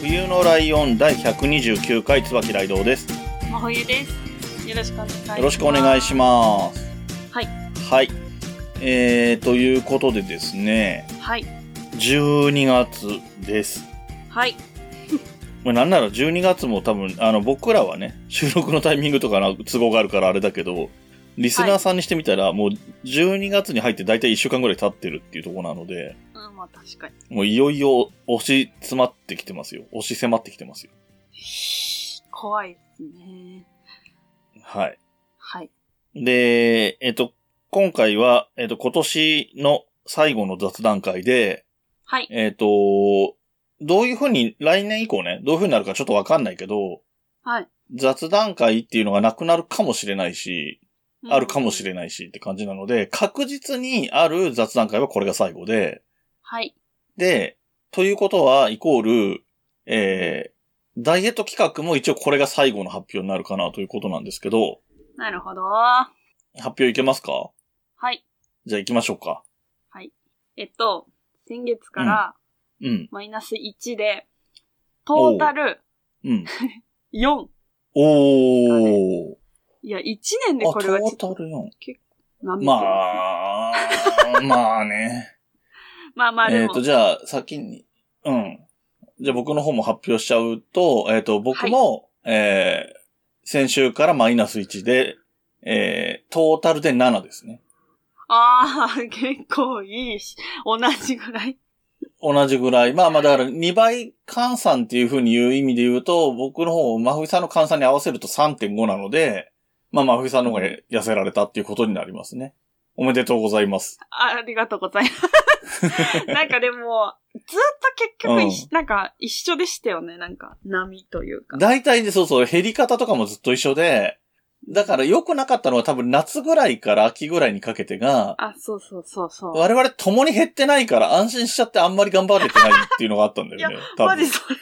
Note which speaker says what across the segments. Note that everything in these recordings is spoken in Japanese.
Speaker 1: 冬のライオン第129回椿雷堂です。よ
Speaker 2: 真冬ですよろしくお願いします
Speaker 1: ろしくお願いします。
Speaker 2: はい。
Speaker 1: はい。えー、ということでですね、
Speaker 2: すはい
Speaker 1: 12月です。
Speaker 2: はい
Speaker 1: まあ、なんなら12月も多分、あの、僕らはね、収録のタイミングとかな都合があるからあれだけど、リスナーさんにしてみたら、もう12月に入って大体1週間ぐらい経ってるっていうところなので、
Speaker 2: うんまあ確かに
Speaker 1: もういよいよ押し詰まってきてますよ。押し迫ってきてますよ。
Speaker 2: 怖いですね
Speaker 1: はい。
Speaker 2: はい
Speaker 1: で、えっと、今回は、えっと、今年の最後の雑談会で、
Speaker 2: はい
Speaker 1: えっと、どういうふうに、来年以降ね、どういうふうになるかちょっとわかんないけど、
Speaker 2: はい
Speaker 1: 雑談会っていうのがなくなるかもしれないし、あるかもしれないしって感じなので、確実にある雑談会はこれが最後で、
Speaker 2: はい
Speaker 1: で、ということは、イコール、えー、ダイエット企画も一応これが最後の発表になるかなということなんですけど、
Speaker 2: なるほどは
Speaker 1: 発表いけますか
Speaker 2: い
Speaker 1: じゃあ行きましょうか。
Speaker 2: えっと先月から
Speaker 1: うん、
Speaker 2: マイナス1でトータル
Speaker 1: うん。
Speaker 2: 4
Speaker 1: おー。
Speaker 2: いや1年で
Speaker 1: あ、
Speaker 2: こ
Speaker 1: ト
Speaker 2: れはちょ
Speaker 1: ー
Speaker 2: っと
Speaker 1: タル4。
Speaker 2: 何メー
Speaker 1: ま
Speaker 2: トル
Speaker 1: あ、まあね。
Speaker 2: まあ まあで
Speaker 1: えっ
Speaker 2: も、
Speaker 1: と、じゃあ、先に、うん。じゃあ僕の方も発表しちゃうと、えっ、と、僕も、えー、先週からマイナス1で、えー、トータルで7ですね。
Speaker 2: ああ、結構いいし、同じぐらい。
Speaker 1: 同じぐらい。まあまあ、だから2倍換算っていう風に言う意味で言うと、僕の方、真冬さんの換算に合わせると3.5なので、まあ真冬さんの方が痩せられたっていうことになりますね。おめでとうございます。
Speaker 2: あありがとうござい ます。なんかでも、ずっと結局、なんか一緒でしたよね。なんか、波というか。
Speaker 1: 大体でそうそう、減り方とかもずっと一緒で、だから良くなかったのは多分夏ぐらいから秋ぐらいにかけてが、
Speaker 2: あ、そうそうそうそう。
Speaker 1: 我々共に減ってないから安心しちゃってあんまり頑張れてないっていうのがあったんだよね。多
Speaker 2: マジ
Speaker 1: 分。
Speaker 2: それ。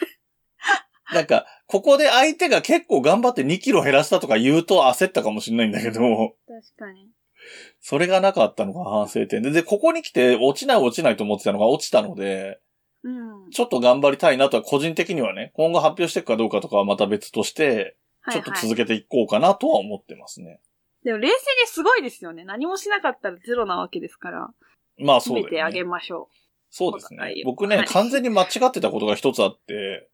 Speaker 1: なんか、ここで相手が結構頑張って2キロ減らしたとか言うと焦ったかもしれないんだけど、
Speaker 2: 確かに。
Speaker 1: それがなかったのが反省点で、で、ここに来て落ちない落ちないと思ってたのが落ちたので、
Speaker 2: うん。
Speaker 1: ちょっと頑張りたいなとは個人的にはね、今後発表していくかどうかとかはまた別として、
Speaker 2: は
Speaker 1: ち
Speaker 2: い
Speaker 1: ょっと
Speaker 2: はい。
Speaker 1: 続けていこうかなとは思ってますね。
Speaker 2: でも冷静ですごいですよね。何もしなかったらゼロなわけですから。
Speaker 1: まあ
Speaker 2: 決
Speaker 1: そう
Speaker 2: め
Speaker 1: だ
Speaker 2: てあ
Speaker 1: よ
Speaker 2: げ
Speaker 1: ね。
Speaker 2: ましょ
Speaker 1: そうです
Speaker 2: は
Speaker 1: ね
Speaker 2: い。
Speaker 1: 僕ね、
Speaker 2: はい
Speaker 1: 完全に間違ってたことが一つあって、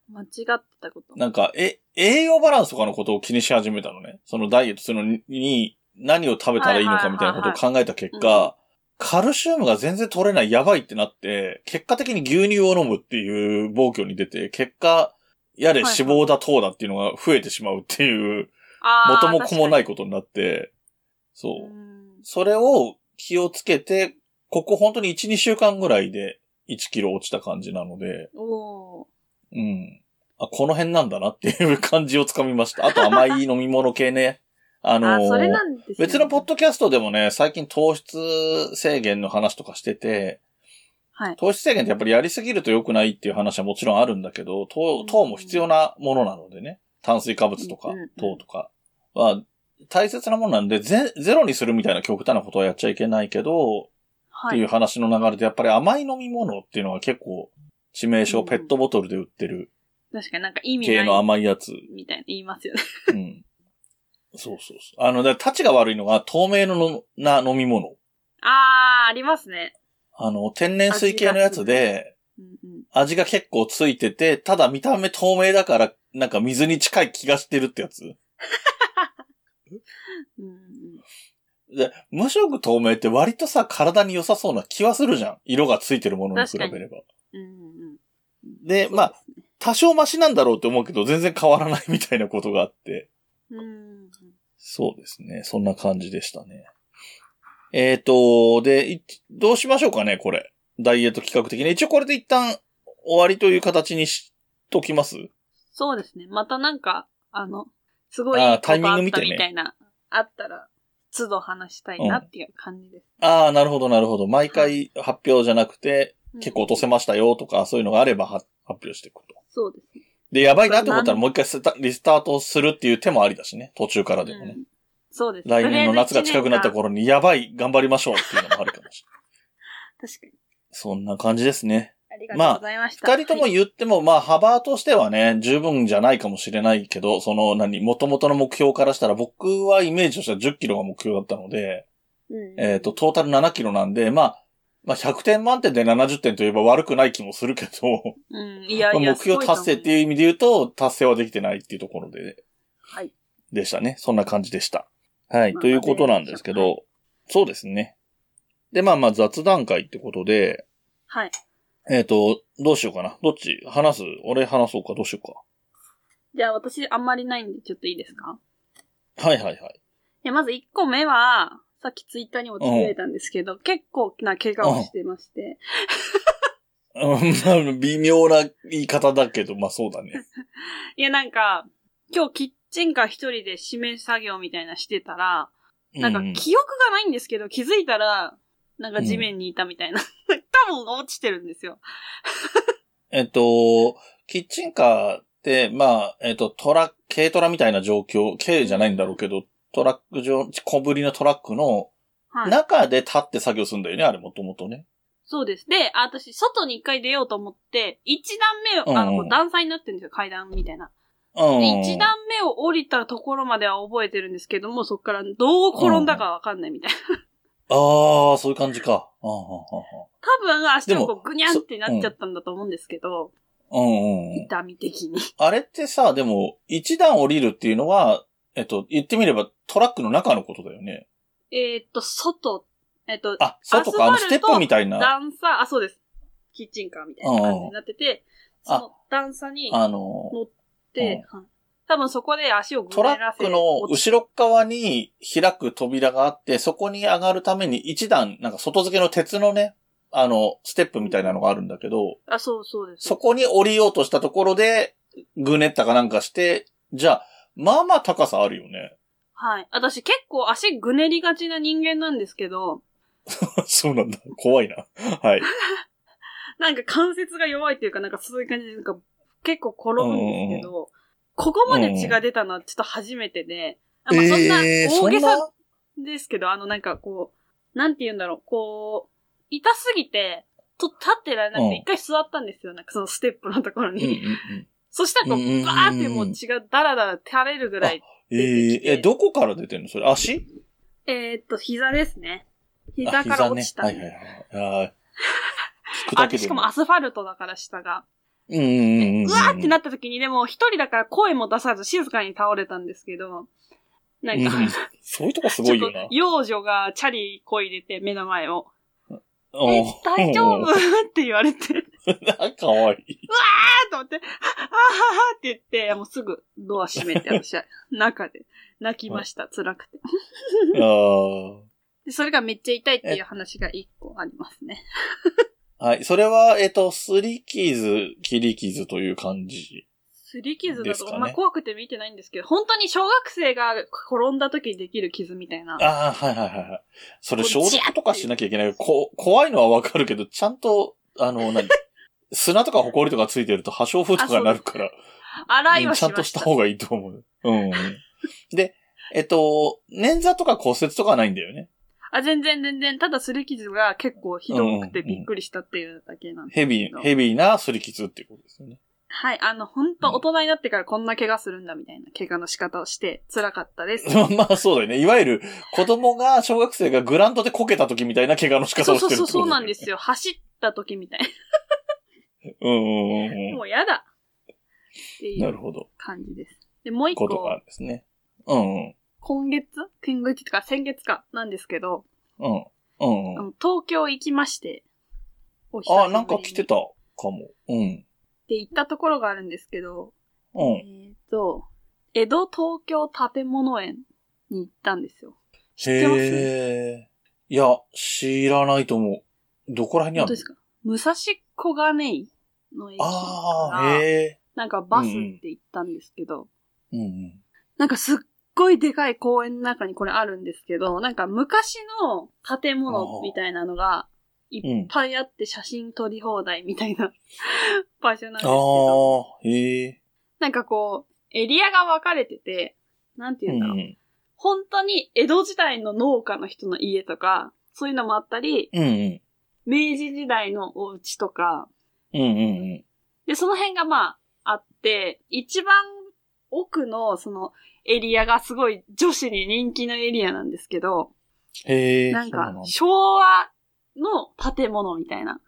Speaker 2: う。間違ってたこと。
Speaker 1: なんか、え、栄養バランスとかのことを気にし始めたのね。そのダイエットするのに、何を食べたらいいのかみたいなことを考えた結
Speaker 2: はいはいはい
Speaker 1: 果、カルシウムが全然取れない、やばいってなって、結果的に牛乳を飲むっていう暴挙に出て、結果、やれ
Speaker 2: はいは
Speaker 1: 脂
Speaker 2: い
Speaker 1: 肪だ、糖だっていうのが増えてしまうっていう、
Speaker 2: あ。
Speaker 1: 元も子もないいことになって、そうう。
Speaker 2: ん
Speaker 1: それを気をつけて、ここ本当に1、2週間ぐらいで1キロ落ちた感じなので、
Speaker 2: おー。
Speaker 1: うん。あ、この辺なんだなっていう感じをつかみました。あと甘い飲み物系 ね。あのー
Speaker 2: あ、それなんですよね
Speaker 1: 別のポッドキャストでもね、最近糖質制限の話とかしてて、
Speaker 2: はい。
Speaker 1: 糖質制限ってやっぱりやりすぎると良くないっていう話はもちろんあるんだけど、糖、糖も必要なものなのでね。炭水化物とか
Speaker 2: うんうんうん、
Speaker 1: 糖とかは大切なものなんで、ゼゼロにするみたいな極端なことはやっちゃいけないけど、っ
Speaker 2: は
Speaker 1: ていう
Speaker 2: い。
Speaker 1: 話の流れで、やっぱり甘い飲み物っていうのは結構、致命傷、
Speaker 2: うん
Speaker 1: ペットボトルで売ってる
Speaker 2: 確かになんか意味
Speaker 1: 系
Speaker 2: ない
Speaker 1: の甘い やつ。
Speaker 2: みたいな言いますよね
Speaker 1: うん。そうそうそう。あの、だから、立ちが悪いのが透明ののな飲み物。
Speaker 2: あー、ありますね。
Speaker 1: あの、天然水系のやつで、
Speaker 2: うんうん、
Speaker 1: 味が結構ついてて、ただ見た目透明だから、なんか水に近い気がしてるってやつ。
Speaker 2: うんうん。
Speaker 1: で無色透明って割とさ、体に良さそうな気はするじゃん。色がついてるものに比べれば。
Speaker 2: うんうん
Speaker 1: で、まあ、多少マシなんだろうって思うけど、全然変わらないみたいなことがあって。
Speaker 2: うん。うん
Speaker 1: そうですね。そんな感じでしたね。えっ、と、で、いどうしましょうかね、これ。ダイエット企画的な。一応これで一旦終わりという形にしときます
Speaker 2: そうですね。またなんか、あの、すごいい
Speaker 1: あー
Speaker 2: いこと
Speaker 1: タイミング
Speaker 2: あ
Speaker 1: 見
Speaker 2: った
Speaker 1: てね
Speaker 2: みたいな、あったら、都度話したいなっていう感じです。
Speaker 1: ああ、なるほど、なるほど。毎回発表じゃなくて、
Speaker 2: うん
Speaker 1: 結構落とせましたよとか、そういうのがあればは発表していくと。
Speaker 2: そうですね。
Speaker 1: で、やばいなと思ったらもう一回スタリスタートするっていう手もありだしね。途中からでもね。
Speaker 2: うんそうです
Speaker 1: 来年の夏が近くなった。
Speaker 2: とりあ
Speaker 1: 頃に、やばい、頑張りましょうっていうのもあるかもしれない。
Speaker 2: えず一年間確かに。
Speaker 1: そんな感じですね。
Speaker 2: ありがとうございました。
Speaker 1: 二人とも
Speaker 2: はい
Speaker 1: 言っても、まあ、幅としてはね、十分じゃないかもしれないけど、その、何、元々の目標からしたら、僕はイメージとしては10キロが目標だったので、
Speaker 2: うん
Speaker 1: えっ、と、トータル7キロなんで、まあ、まあ、100点満点で70点といえば悪くない気もするけど、
Speaker 2: うん、いやい
Speaker 1: まあ
Speaker 2: や、
Speaker 1: 目標達成っていう
Speaker 2: う。
Speaker 1: 意味で言うと、達成はできてないっていうところで、
Speaker 2: はい。
Speaker 1: でしたね。そんな感じでした。はい。
Speaker 2: まあ
Speaker 1: ということなんですけ
Speaker 2: は
Speaker 1: ど、そうですね。で、まあまあ雑談会ってことで、
Speaker 2: はい。
Speaker 1: えっ、と、どうしようかな。どっち話す俺話そうかどうしようか。
Speaker 2: じゃあ私あんまりないんでちょっといいですか
Speaker 1: はいはいはい。
Speaker 2: えまず1個目は、さっきツイッターにもつぶやいたんですけど、結構な怪我をしてまして、
Speaker 1: うん まあ微妙な言い方だけど、まあそうだね。
Speaker 2: いやなんか、今日キッチンカー一人で締め作業みたいなしてたら、 なんか
Speaker 1: うん
Speaker 2: 記憶がないんですけど、気づいたら、なんか地面にいたみたいな。多分落ちてるんですよ。
Speaker 1: えっと、キッチンカーって、まあ、えっと、トラ、軽トラみたいな状況、軽じゃないんだろうけど、トラック上、小ぶりのトラックの
Speaker 2: はい。
Speaker 1: 中で立って作業するんだよね、あれもともとね。
Speaker 2: そうです。で、あ私、外に一回出ようと思って、一段目を、あの、
Speaker 1: うん
Speaker 2: こ
Speaker 1: う
Speaker 2: うん段差になってるんですよ、階段みたいな。
Speaker 1: うん。
Speaker 2: で一段目を降りたところまでは覚えてるんですけども、そっからどう転んだかわかんないみたいな。
Speaker 1: ああ、そういう感じか。うんう
Speaker 2: 多分足
Speaker 1: で
Speaker 2: を
Speaker 1: も
Speaker 2: こうぐにゃんってなっちゃったんだと思うんですけど、
Speaker 1: んうんうんうんうん。
Speaker 2: 痛み的に。
Speaker 1: あれってさ、でも、一段降りるっていうのは、えっと、言ってみればトラックの中のことだよね。
Speaker 2: えーっと、外、えーっと、
Speaker 1: あ、外か、あの、
Speaker 2: アス
Speaker 1: ス
Speaker 2: ファ
Speaker 1: テ
Speaker 2: ル
Speaker 1: ッ
Speaker 2: ト
Speaker 1: プみたいな、
Speaker 2: 段差、あ、そうです。キッチンカーみたいな感じになってて、
Speaker 1: うん
Speaker 2: そ
Speaker 1: うん
Speaker 2: の段差に乗っ
Speaker 1: あの、
Speaker 2: て、はい多分そこで足をぐ
Speaker 1: ト
Speaker 2: ね
Speaker 1: ラ
Speaker 2: ら
Speaker 1: ッ
Speaker 2: せ
Speaker 1: クの
Speaker 2: 落ち
Speaker 1: 後ろ側に開く扉があって、そこに上がるために一段、なんか外付けの鉄のね、あの、ステップみたいなのがあるんだけど、
Speaker 2: あ、そうそうです。
Speaker 1: そこに降りようとしたところで、ぐねったかなんかして、じゃあ、まあまあ高さあるよね。
Speaker 2: はい。私結構足ぐねりがちな人間なんですけど、
Speaker 1: そうなんだ。怖いな。はい。
Speaker 2: なんか関節が弱いっていうか、なんかそういう感じで、なんか結構転ぶんですけど、ここまで血が出たのはちょっと初めてで、あまあそんな
Speaker 1: えー
Speaker 2: 大げ
Speaker 1: そ
Speaker 2: さ
Speaker 1: んな
Speaker 2: ですけど、あのなんかこう、なんて言うんだろう、こう、痛すぎて、と立ってられなく
Speaker 1: うん
Speaker 2: て一回座ったんですよ、なんかそのステップのところ
Speaker 1: うんうんう
Speaker 2: に。
Speaker 1: ん
Speaker 2: そしたらこ
Speaker 1: う
Speaker 2: う、
Speaker 1: ん
Speaker 2: バーってもう血がダラダラ垂れるぐらい。
Speaker 1: え
Speaker 2: 出て
Speaker 1: ー
Speaker 2: きて
Speaker 1: え、どこから出てんのそれ足
Speaker 2: えーっと、膝ですね。
Speaker 1: あ
Speaker 2: 膝から落ちた。
Speaker 1: 膝ね。はいはいはい。あー聞くだ
Speaker 2: あ、
Speaker 1: け
Speaker 2: で
Speaker 1: で
Speaker 2: しかもアスファルトだから下が。
Speaker 1: うんうんうんうん。
Speaker 2: うわーってなった時に、でも一人だから声も出さず静かに倒れたんですけど、なんか、
Speaker 1: うんそういうとこすご
Speaker 2: ちょ
Speaker 1: い
Speaker 2: っ
Speaker 1: よ
Speaker 2: と
Speaker 1: な。
Speaker 2: 幼女がチャリこいでて目の前を、
Speaker 1: お
Speaker 2: え
Speaker 1: ー、
Speaker 2: 大丈夫 って言われて、あー
Speaker 1: かわいい。
Speaker 2: と思って、あーははって言って、もうすぐドア閉め て、私は中で泣きました、辛くて。
Speaker 1: あー
Speaker 2: でそれがめっちゃ痛いっていう話が一個ありますね。
Speaker 1: はい。それは、えっ、と、すり傷、切り傷という感じ。
Speaker 2: すり傷だ
Speaker 1: です
Speaker 2: と、
Speaker 1: かね
Speaker 2: まあ怖くて見てないんですけど、本当に小学生が転んだ時にできる傷みたいな。
Speaker 1: ああ、はいはいはいはい。それ
Speaker 2: こう
Speaker 1: 消毒とかしなきゃいけない。こ、怖いのはわかるけど、ちゃんと、あの、何砂とか埃とかついてると破傷風とかになるから、
Speaker 2: 洗い
Speaker 1: うん
Speaker 2: は
Speaker 1: ち
Speaker 2: し
Speaker 1: ゃ
Speaker 2: ました。
Speaker 1: んとした方がいいと思う。うん。で、えっと、捻挫とか骨折とかはないんだよね。
Speaker 2: あ、全然全然。ただ、擦り傷が結構ひどくて
Speaker 1: うんうんうん
Speaker 2: びっくりしたっていうだけなんで。
Speaker 1: ヘビー、ヘビーなすり傷っていうことですよね。
Speaker 2: はい、あの、本当大人になってからこんな怪我するんだみたいな怪我の仕方をして辛かったです。
Speaker 1: まあ そうだよね。いわゆる、子供が、小学生がグラウンドでこけた時みたいな怪我の仕方
Speaker 2: そ
Speaker 1: を
Speaker 2: う
Speaker 1: し
Speaker 2: そ
Speaker 1: てる
Speaker 2: う
Speaker 1: って
Speaker 2: そう、そ
Speaker 1: こと
Speaker 2: うなん
Speaker 1: で
Speaker 2: ですすよ。走った時みたい
Speaker 1: よ。うんうん
Speaker 2: な。
Speaker 1: うん
Speaker 2: もうやだ。って
Speaker 1: うん。
Speaker 2: い
Speaker 1: なる
Speaker 2: う
Speaker 1: ほど。
Speaker 2: 感じです。で、もう一個
Speaker 1: こ、とがあるんですね。うんうん。
Speaker 2: 今月今月とか先月かなんですけど、
Speaker 1: うん。うん
Speaker 2: あ
Speaker 1: うん。
Speaker 2: の東京行きまして、お久しぶり
Speaker 1: あ、
Speaker 2: に
Speaker 1: なんか来てたかも。うん。
Speaker 2: で行ったところがあるんですけど、
Speaker 1: うん。
Speaker 2: えっ、と、江戸東京建物園に行ったんですよ。知ってます
Speaker 1: へえ。いや、知らないと思う。どこら辺にあ
Speaker 2: 本当
Speaker 1: る
Speaker 2: ですか武蔵小金井の駅
Speaker 1: あ
Speaker 2: か
Speaker 1: あ、
Speaker 2: ら
Speaker 1: へえ。
Speaker 2: なんかバスって行ったんですけど、
Speaker 1: うんうん。
Speaker 2: なんかすっごいでかい公園の中にこれあるんですけど、なんか昔の建物みたいなのがいっぱいあって写真撮り放題みたいな 場所なんですけ
Speaker 1: あ
Speaker 2: ど、
Speaker 1: あ、へえ。
Speaker 2: なんかこう、エリアが分かれてて、なんて
Speaker 1: う
Speaker 2: いうん
Speaker 1: ん
Speaker 2: だろう。
Speaker 1: うん。
Speaker 2: 本当に江戸時代の農家の人の家とか、そういうのもあったり、
Speaker 1: うんうん。
Speaker 2: 明治時代のお家とか、
Speaker 1: うんうん
Speaker 2: で、その辺がまああって、一番奥のそのエリアがすごい女子に人気のエリアなんですけど、
Speaker 1: うん。へえ。
Speaker 2: なん
Speaker 1: そう
Speaker 2: か
Speaker 1: だ
Speaker 2: 昭和の建物みたいな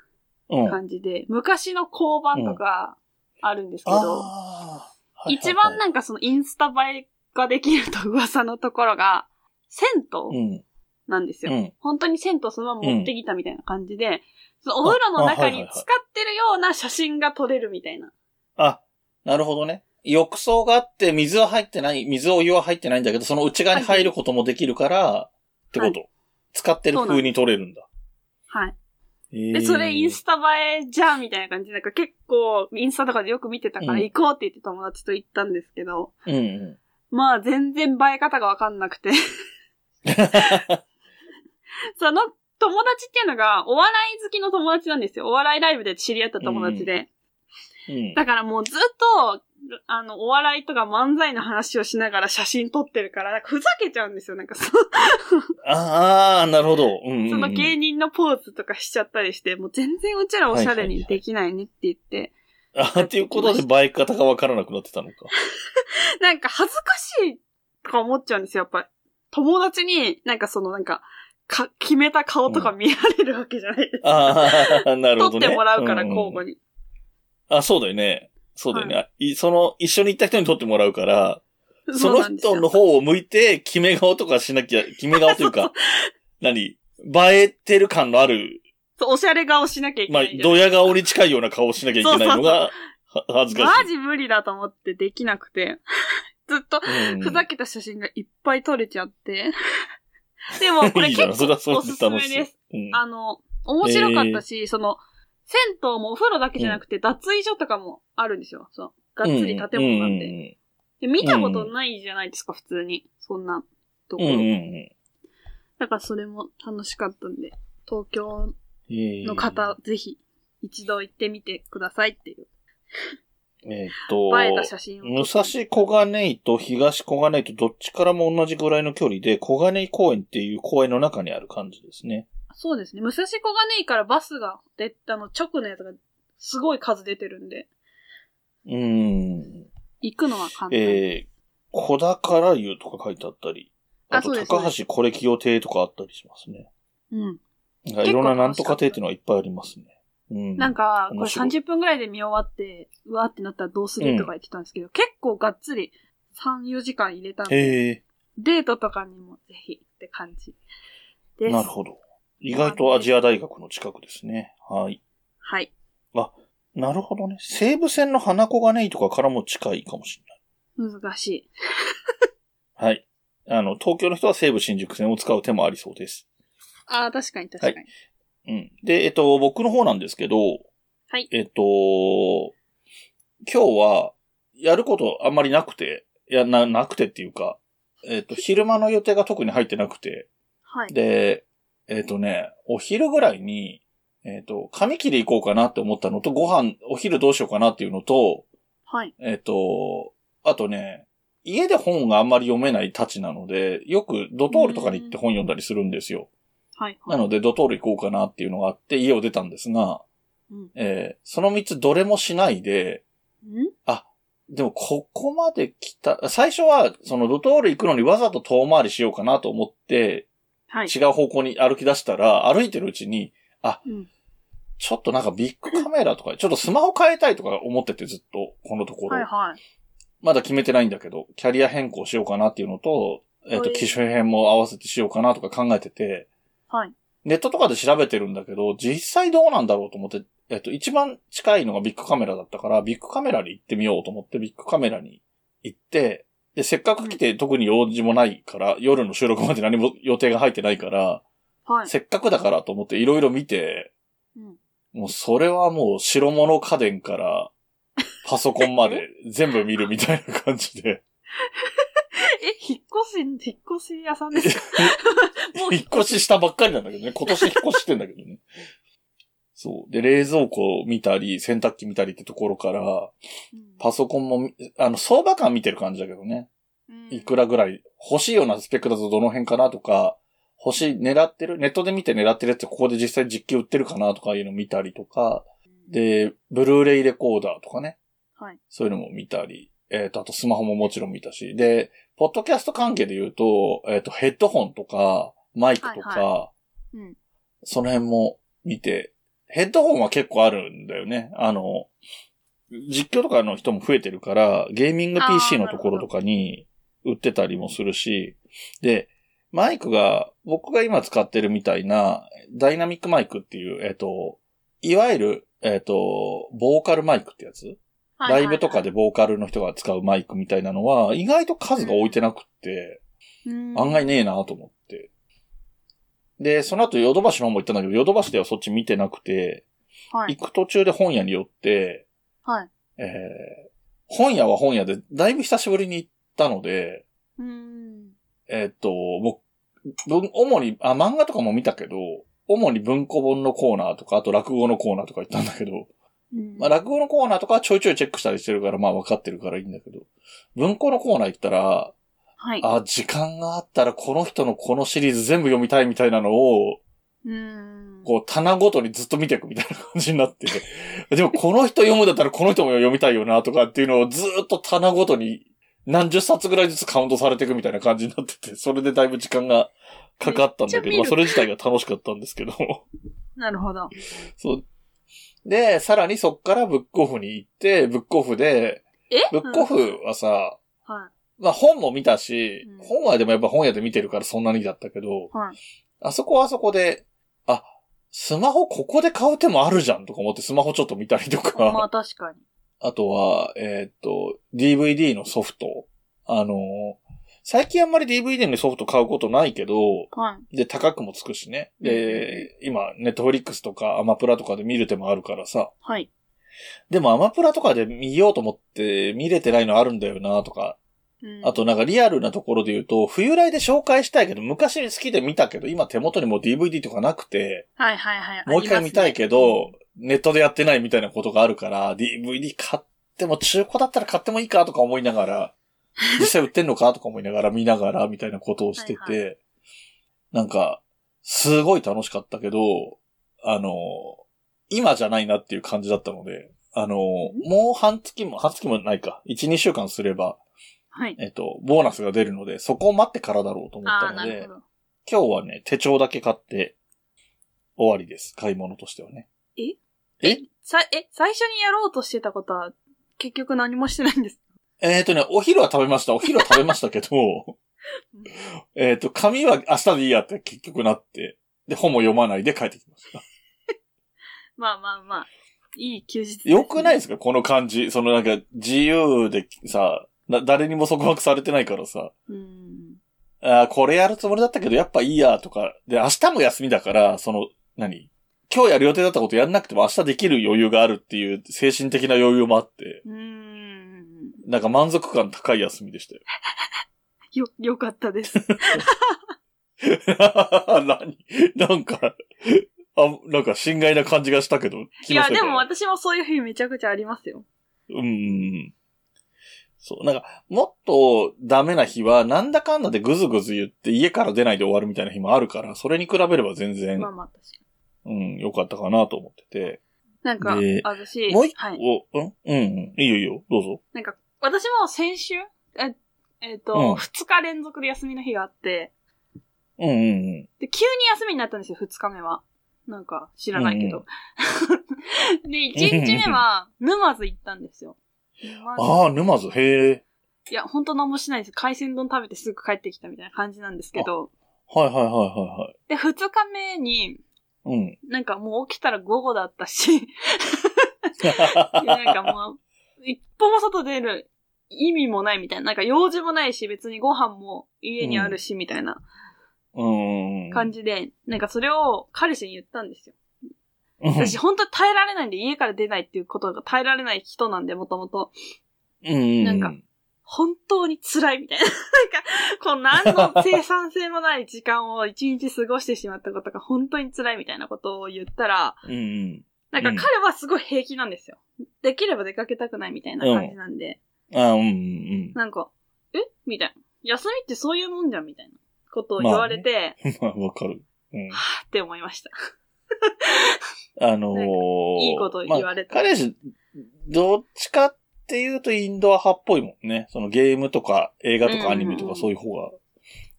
Speaker 1: うん。
Speaker 2: 感じで、昔の交番とかあるんですけど、
Speaker 1: ああ。
Speaker 2: 一番
Speaker 1: な、
Speaker 2: なんかそのインスタ映えができると噂のところが、銭湯
Speaker 1: うん。
Speaker 2: なんですよ
Speaker 1: う。ん。
Speaker 2: 本当に銭湯そのまま持ってきたみたいな感じで、そのお風呂の中に使ってるような写真が撮れるみたいな。
Speaker 1: あ、なるほどね。浴槽があって、水は入ってない、水お湯は入ってないんだけど、その内側に入ることもできるから、ってこと。使ってる風に取れるんだ。
Speaker 2: はい。
Speaker 1: へ
Speaker 2: で、
Speaker 1: え
Speaker 2: それインスタ映えじゃんみたいな感じで、なんか結構インスタとかでよく見てたか
Speaker 1: う
Speaker 2: ら
Speaker 1: ん
Speaker 2: 行こうって言って友達と行ったんですけど、
Speaker 1: うんうん。
Speaker 2: まあ全然映え方がわかんなくて。その友達っていうのがお笑い好きの友達なんですよ。お笑いライブで知り合った友達で。
Speaker 1: うん。
Speaker 2: だからもうずっと、あの、お笑いとか漫才の話をしながら写真撮ってるから、なんかふざけちゃうんですよ。なんかそ
Speaker 1: ああ、なるほど。うんうんうん。
Speaker 2: その芸人のポーズとかしちゃったりして、もう全然うちらおしゃれにできないねって言って、
Speaker 1: あっていうことで、バイク方がわからなくなってたのか。
Speaker 2: なんか恥ずかしいとか思っちゃうんですよ、やっぱり。友達になんかそのなんか、か、決めた顔とか見られるわけじゃないですか。
Speaker 1: ああ、なる
Speaker 2: 撮
Speaker 1: ほど
Speaker 2: っ
Speaker 1: ね。
Speaker 2: てもらうから
Speaker 1: んん
Speaker 2: 交互に。
Speaker 1: あ、そうだよね。そうだよね、いその、一緒に行った人に撮ってもらう から、その
Speaker 2: うなんですよ
Speaker 1: 人の方を向いて、決め顔とかしな きゃ、決め顔というか、何映えてる感のある、
Speaker 2: そうおしゃれ顔しなきゃいけ
Speaker 1: ま
Speaker 2: な
Speaker 1: あ
Speaker 2: いじゃない。、
Speaker 1: ドヤ顔に近いような顔をしなきゃいけないのが、は恥ずかし
Speaker 2: マジ無理だと思ってできなくて。ずっと
Speaker 1: い。うん
Speaker 2: ふざけた写真がいっぱい撮れちゃ って。でも、これ
Speaker 1: い
Speaker 2: 結
Speaker 1: いじゃんそれはそ
Speaker 2: 構お
Speaker 1: れ
Speaker 2: す
Speaker 1: です楽
Speaker 2: め
Speaker 1: し
Speaker 2: です。
Speaker 1: そう。うん
Speaker 2: あの、面白かったし、その、銭湯もお風呂だけじゃなくて、脱衣所とかもあるんですよ。そう。がっつり建物なんで。で見たことないじゃないですか、普通に。そんなとこ
Speaker 1: うんうん
Speaker 2: ろ。
Speaker 1: うんうん
Speaker 2: だからそれも楽しかったんで、東京
Speaker 1: うん。
Speaker 2: の方、ぜひ、一度行ってみてくださいっていう。
Speaker 1: えー、えーっと、
Speaker 2: 映えた写真を
Speaker 1: 武
Speaker 2: 撮っ
Speaker 1: 蔵
Speaker 2: て。
Speaker 1: 小金井と東小金井とどっちからも同じぐらいの距離で、小金井公園っていう公園の中にある感じですね。
Speaker 2: そうですね。武蔵小金井からバスが出たの、直のやつが、すごい数出てるんで、
Speaker 1: うーん。
Speaker 2: 行くのは簡単。
Speaker 1: えー、小宝湯とか書いてあったり、あ
Speaker 2: あそ
Speaker 1: と
Speaker 2: うです
Speaker 1: 高橋コレキオ亭とかあったりしますね。
Speaker 2: うん。
Speaker 1: なんかいろんななんとか亭っていうのはいっぱいありますね。うん。
Speaker 2: なんか、こ
Speaker 1: 面
Speaker 2: れ
Speaker 1: 白い
Speaker 2: 30分ぐらいで見終わって、うわーってなったらどうするとか言ってたんですけど、結構がっつり3、4時間入れたんで、
Speaker 1: へえ、
Speaker 2: デートとかにもぜひって感じです。
Speaker 1: なるほど。意外とアジア大学の近くですね。はい。
Speaker 2: はい。
Speaker 1: なるほどね。西武線の花小金井とかからも近いかもしれない。
Speaker 2: 難しい。
Speaker 1: はい。あの、東京の人は西武新宿線を使う手もありそうです。
Speaker 2: ああ、確かに確かに。
Speaker 1: うん。で、えっと、僕の方なんですけど、
Speaker 2: はい
Speaker 1: えっと、今日は、やることあんまりなくて、いや、な、なくてっていうか、えっと、昼間の予定が特に入ってなくて、
Speaker 2: はい。
Speaker 1: で、えっとね、お昼ぐらいに、えっと、髪切り行こうかなって思ったのと、ご飯、お昼どうしようかなっていうのと、
Speaker 2: はい。
Speaker 1: えっと、あとね、家で本があんまり読めないたちなので、よくドトールとかに行って本読んだりするんですよ。
Speaker 2: はい。
Speaker 1: なので、ドトール行こうかなっていうのがあって、家を出たんですが、
Speaker 2: うん
Speaker 1: えーその3つどれもしないで、
Speaker 2: ん
Speaker 1: でもここまで来た、最初は、そのドトール行くのにわざと遠回りしようかなと思って、
Speaker 2: はい。
Speaker 1: 違う方向に歩き出したら、歩いてるうちに、
Speaker 2: うん。
Speaker 1: ちょっとなんかビッグカメラとか、ちょっとスマホ変えたいとか思っててずっと、このところ。
Speaker 2: はいはい。
Speaker 1: まだ決めてないんだけど、キャリア変更しようかなっていうのと、えっ、
Speaker 2: は
Speaker 1: と、
Speaker 2: い
Speaker 1: 機種変も合わせてしようかなとか考えてて、
Speaker 2: はい。
Speaker 1: ネットとかで調べてるんだけど、実際どうなんだろうと思って、えっと、一番近いのがビッグカメラだったから、ビッグカメラに行ってみようと思って、ビッグカメラに行って、で、せっかく来て特に用事もないから、夜の収録まで何も予定が入ってないから、
Speaker 2: はい。
Speaker 1: せっかくだからと思っていろいろ見て、
Speaker 2: うん。
Speaker 1: もうそれはもう白物家電からパソコンまで全部見るみたいな感じで。
Speaker 2: え、引っ越し、引っ越し屋さんですか もう
Speaker 1: 引っ越ししたばっかりなんだ けどね。今年引っ越してんだけどね。そう。で、冷蔵庫を見たり、洗濯機見たりってところから、
Speaker 2: うん
Speaker 1: パソコンもみ、あの、相場感見てる感じだけどね。
Speaker 2: うん
Speaker 1: いくらぐらい、欲しいようなスペックだとどの辺かなとか、欲しい、狙ってる、ネットで見て狙ってるやつここで実際実機売ってるかなとかいうの見たりとか、で、ブルーレイレコーダーとかね。
Speaker 2: はい
Speaker 1: そういうのも見たり、えっ、と、あとスマホももちろん見たし、で、ポッドキャスト関係で言うと、えっ、と、ヘッドホンとか、マイクとか、
Speaker 2: はいうん。
Speaker 1: その辺も見て、ヘッドホンは結構あるんだよね。あの、実況とかの人も増えてるから、ゲーミング
Speaker 2: あー
Speaker 1: PC のところとかに売ってたりもするし、で、マイクが、僕が今使ってるみたいな、ダイナミックマイクっていう、えっ、と、いわゆる、えっ、と、ボーカルマイクってやつ、
Speaker 2: はいはいはい
Speaker 1: ライブとかで、ボーカルの人が使うマイクみたいなのは、意外と数が置いてなくって、
Speaker 2: うん
Speaker 1: 案外ねえなと思って。で、その後ヨドバシの方も行ったんだけど、ヨドバシではそっち見てなくて、
Speaker 2: はい。
Speaker 1: 行く途中で本屋に寄って、
Speaker 2: はい。
Speaker 1: えー本屋は本屋で、だいぶ久しぶりに行ったので、
Speaker 2: うん。
Speaker 1: えーっと、もう、文主に、あ、漫画とかも見たけど、主に文庫本のコーナーとか、あと落語のコーナーとか行ったんだけど、まあ、落語のコーナーとかはちょいちょいチェックしたりしてるから、まあ分かってるからいいんだけど、文庫のコーナー行ったら、
Speaker 2: はい。
Speaker 1: あ、時間があったらこの人のこのシリーズ全部読みたいみたいなのを、
Speaker 2: うん。
Speaker 1: こう、棚ごとにずっと見ていくみたいな感じになって、 でもこの人読むんだったらこの人も読みたいよなとかっていうのをずーっと棚ごとに何十冊ぐらいずつカウントされていくみたいな感じになってて、 それでだいぶ時間がかかったんだ
Speaker 2: めっちゃ見
Speaker 1: けど、
Speaker 2: る
Speaker 1: まあそれ自体が楽しかったんですけど。
Speaker 2: なるほど。
Speaker 1: そう。で、さらにそっからブックオフに行って、ブックオフで、
Speaker 2: え
Speaker 1: ブックオフはさ、
Speaker 2: うんは
Speaker 1: まあ本も見たし、
Speaker 2: うん
Speaker 1: 本はでもやっぱ本屋で見てるからそんなにだったけど、
Speaker 2: い。はい。
Speaker 1: あそこはあそこで、あ、スマホここで買う手もあるじゃんとか思ってスマホちょっと見たりと か、
Speaker 2: まあ確かに。
Speaker 1: あとは、えーっと、DVD のソフト。あのー最近あんまり DVD のソフト買うことないけど、
Speaker 2: はい。
Speaker 1: で、高くもつくしね。で、今、ネットフリックスとかアマプラとかで見る手もあるからさ。
Speaker 2: はい。
Speaker 1: でもアマプラとかで見ようと思って見れてないのあるんだよなとか。
Speaker 2: うん
Speaker 1: あと、なんかリアルなところで言うと、冬来で紹介したいけど、昔好きで見たけど、今手元にもう DVD とかなくて、
Speaker 2: はいはいはい。
Speaker 1: もう一回
Speaker 2: ありますね
Speaker 1: 見たいけど、、ネットでやってないみたいなことがあるから、DVD 買っても中古だったら買ってもいいかとか思いな がら、実際売ってんのかとか思いながら見ながらみたいなことをして
Speaker 2: はい
Speaker 1: て、なんか、すごい楽しかったけど、あの、今じゃないなっていう感じだったので、あの、もう半月も、半月もないか、1、2週間すれば、
Speaker 2: はい。
Speaker 1: えっと、ボーナスが出るので、そこを待ってからだろうと思っ
Speaker 2: あ
Speaker 1: た
Speaker 2: あ、な
Speaker 1: の
Speaker 2: る
Speaker 1: で
Speaker 2: ほ、ど。
Speaker 1: 今日はね、手帳だけ買って、終わりです。買い物としてはね。
Speaker 2: さ、え、最初にやろうとしてたことは、結局何もしてないんです。
Speaker 1: えっ、とね、お昼は食べました。お昼は食べましたけど、えっと、紙は明日でいいやって結局なって、で、本も読まないで帰ってきました。
Speaker 2: まあまあまあ、いい休日ですね、
Speaker 1: よくないですかこの感じ。そのなんか、自由でさ、な誰にも束縛されてないからさ、
Speaker 2: うん。
Speaker 1: あーこれやるつもりだったけど、やっぱいいやとか、で、明日も休みだから、その、何今日やる予定だったことやんなくても明日できる余裕があるっていう精神的な余裕もあって、
Speaker 2: うん。
Speaker 1: なんか満足感高い休みでしたよ。
Speaker 2: よ、よかったです。
Speaker 1: 何なんか、あ、なんか、心外な感じがしたけど、
Speaker 2: い
Speaker 1: 気の
Speaker 2: や、
Speaker 1: せい
Speaker 2: で
Speaker 1: かな
Speaker 2: も私もそういう日めちゃくちゃありますよ。
Speaker 1: うんうん。そう、なんか、もっとダメな日は、なんだかんだでぐずぐず言って家から出ないで終わるみたいな日もあるから、それに比べれば全然
Speaker 2: ま、あまあ、確か
Speaker 1: うん、良かったかなと思ってて。
Speaker 2: に。なんか
Speaker 1: で、
Speaker 2: 私、
Speaker 1: もう一個、
Speaker 2: はい。
Speaker 1: うんうん、いいよいいよ、どうぞ。
Speaker 2: なんか、私も先週、え、えっ、
Speaker 1: うん
Speaker 2: と、二、日連続で休みの日があって、
Speaker 1: うんうん
Speaker 2: で、急に休みになったんですよ、二日目は。なんか、知らないけど。で、一日目は、沼津行ったんですよ。沼
Speaker 1: うん。
Speaker 2: 津
Speaker 1: ああ、沼津、へえ。
Speaker 2: いや、ほんと何もしないです。海鮮丼食べてすぐ帰ってきたみたいな感じなんですけど。
Speaker 1: はいはいはいは
Speaker 2: で、二日目に、
Speaker 1: いはい。うん。
Speaker 2: なんかもう起きたら午後だったし、でなんかもう、一歩も外出る意味もないみたいな。なんか用事もないし、別にご飯も家にあるし、みたいな
Speaker 1: うん。
Speaker 2: 感じで、なんかそれを彼氏に言ったんですよ。
Speaker 1: うん
Speaker 2: 私、本当に耐えられないんで、家から出ないっていうことが耐えられない人なんで、もともと。
Speaker 1: うん。
Speaker 2: なんか本当に辛いみたいな。なんか、こう、何の生産性もない時間を一日過ごしてしまったことが本当に辛いみたいなことを言ったら、
Speaker 1: うん。
Speaker 2: なんか彼はすごい平気なんですよ。できれば出かけたくないみたいな感じなんで、
Speaker 1: あうんうん
Speaker 2: なんか、えみたいな。休みってそういうもんじゃんみたいなことを言われて、
Speaker 1: うん。まあ、わかる。 うん。
Speaker 2: はぁって思いま した。
Speaker 1: あの
Speaker 2: なんか
Speaker 1: ー、
Speaker 2: いいこと言われて。
Speaker 1: まあ彼氏、どっちかっていうとインドア派っぽいもんね。そのゲームとか映画とかアニメと
Speaker 2: うんうんう
Speaker 1: か
Speaker 2: ん
Speaker 1: そういう方が好き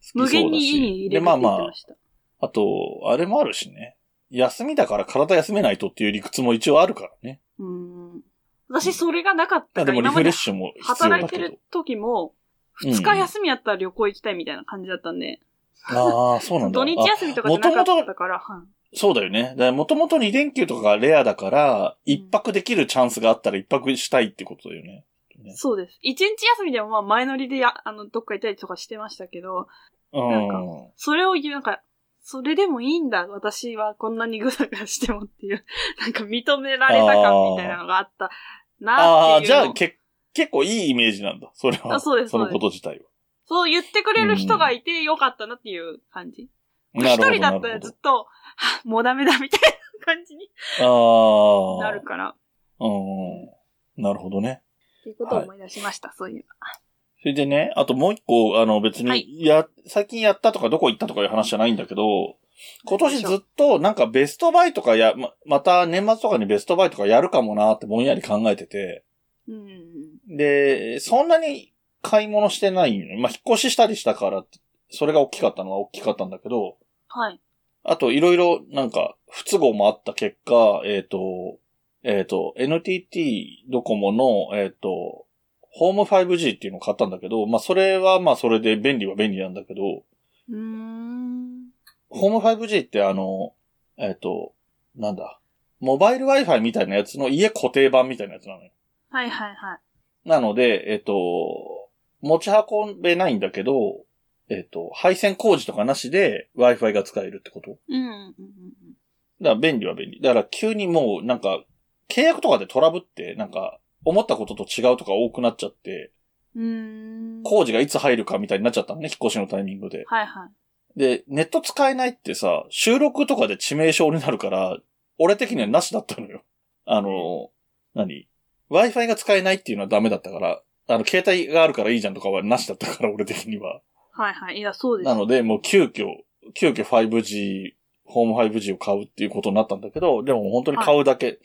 Speaker 1: そう
Speaker 2: 無
Speaker 1: だし。
Speaker 2: 限に家に入れ
Speaker 1: で、
Speaker 2: るっ
Speaker 1: まあ
Speaker 2: て言っ
Speaker 1: ま
Speaker 2: て
Speaker 1: あ
Speaker 2: ま、した。
Speaker 1: あと、あれもあるしね。休みだから体休めないとっていう理屈も一応あるからね。
Speaker 2: うーん。私それがなかっ
Speaker 1: ま
Speaker 2: た
Speaker 1: あで
Speaker 2: から、
Speaker 1: もリ
Speaker 2: 今
Speaker 1: フ
Speaker 2: ま
Speaker 1: レ
Speaker 2: で
Speaker 1: ッシュも必要
Speaker 2: 働
Speaker 1: だ
Speaker 2: いて
Speaker 1: けど
Speaker 2: る。時も、二日休みやったら旅行行きたいみたいな感じだったんで、
Speaker 1: ああ、そうなんだ。
Speaker 2: 土日
Speaker 1: あ
Speaker 2: 休みとかじゃなかったから、はい
Speaker 1: そうだよね。だからもともと2連休とかがレアだから、
Speaker 2: ん
Speaker 1: 一泊できるチャンスがあったら一泊したいってことだよね。ね
Speaker 2: そうです。一日休みでもまあ前乗りでや、あの、どっか行ったりとかしてましたけど、
Speaker 1: うん
Speaker 2: なんかそれを言う、なんか、それでもいいんだ、私はこんなにぐさぐさしてもっていう、 なんか認められた感みたいなのがあった
Speaker 1: あ
Speaker 2: なっ
Speaker 1: あ、
Speaker 2: ていう
Speaker 1: じ
Speaker 2: のを
Speaker 1: ゃあけ結構いいイメージなんだ。それは。
Speaker 2: あそうです
Speaker 1: のこと自体は。
Speaker 2: そう言ってくれる人がいてよかったなっていう感じ。
Speaker 1: な
Speaker 2: 一
Speaker 1: るほど。
Speaker 2: 人だった
Speaker 1: な
Speaker 2: ら
Speaker 1: る
Speaker 2: ずっと、 はぁもうダメだみたいな感じに
Speaker 1: ほどあ
Speaker 2: な
Speaker 1: あ。
Speaker 2: るから、っ
Speaker 1: うん。なるほどね。
Speaker 2: ていうことを思い出しました、そういう。
Speaker 1: それでね、あともう一個、あの別に、
Speaker 2: はい
Speaker 1: いや、最近やったとかどこ行ったとかいう話じゃないんだけど、今年ずっとなんかベストバイとかや、ま、また年末とかにベストバイとかやるかもなってぼんやり考えてて、
Speaker 2: うん。
Speaker 1: で、そんなに買い物してないのまあ、引っ越ししたりしたからって、それが大きかったのは大きかったんだけど、
Speaker 2: はい。
Speaker 1: あといろいろなんか不都合もあった結果、えっ、と、えっ、と、NTT ドコモの、えっ、と、ホーム 5G っていうのを買ったんだけど、まあそれはまあそれで便利は便利なんだけど、
Speaker 2: うーん。
Speaker 1: ホーム 5G ってあの、えっ、と、なんだ、モバイル Wi-Fi みたいなやつの家固定版みたいなやつなのよ。
Speaker 2: はいはいはい。
Speaker 1: なので、えっ、と、持ち運べないんだけど、えっ、と、配線工事とかなしで Wi-Fi が使えるってこと
Speaker 2: うんうんうんうん。
Speaker 1: だから便利は便利。だから急にもうなんか、契約とかでトラブって、なんか、思ったことと違うとか多くなっちゃって、
Speaker 2: うーん。
Speaker 1: 工事がいつ入るかみたいになっちゃったのね、引っ越しのタイミングで。
Speaker 2: はいはい。
Speaker 1: で、ネット使えないってさ、収録とかで致命傷になるから、俺的にはなしだったのよ。あの、何 ?Wi-Fi が使えないっていうのはダメだったから、あの、携帯があるからいいじゃんとかはなしだったから、俺的には。
Speaker 2: はいはい。いや、そうです。
Speaker 1: なので、もう急遽、急遽 5G、ホーム 5G を買うっていうことになったんだけど、でも本当に買うだけ。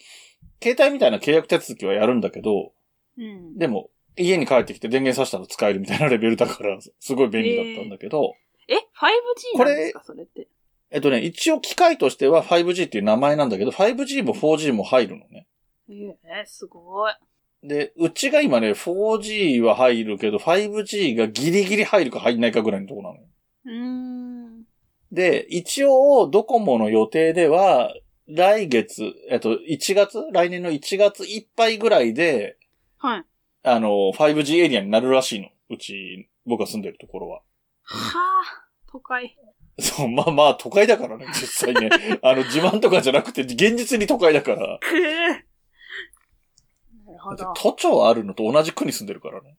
Speaker 1: 携帯みたいな契約手続きはやるんだけど、
Speaker 2: うん。
Speaker 1: でも、家に帰ってきて電源さしたら使えるみたいなレベルだから、すごい便利だったんだけど、
Speaker 2: え、5G なんですかそれって。
Speaker 1: えっとね、一応機械としては 5G っていう名前なんだけど、5G も 4G も入るのね。
Speaker 2: えー、すごい。
Speaker 1: で、うちが今ね、4G は入るけど、5G がギリギリ入るか入んないかぐらいのとこなのよ。
Speaker 2: うーん。
Speaker 1: で、一応、ドコモの予定では、来月、えっと、1月来年の1月いっぱいぐらいで、
Speaker 2: はい。
Speaker 1: あの、5G エリアになるらしいの。うち、僕が住んでるところは。
Speaker 2: はあ、都会。
Speaker 1: そう、まあまあ、都会だからね、実際ね。あの、自慢とかじゃなくて、現実に都会だから。
Speaker 2: くぅ。なるほ
Speaker 1: だ
Speaker 2: ど
Speaker 1: っ。て都庁あるのと同じ区に住んでるからね。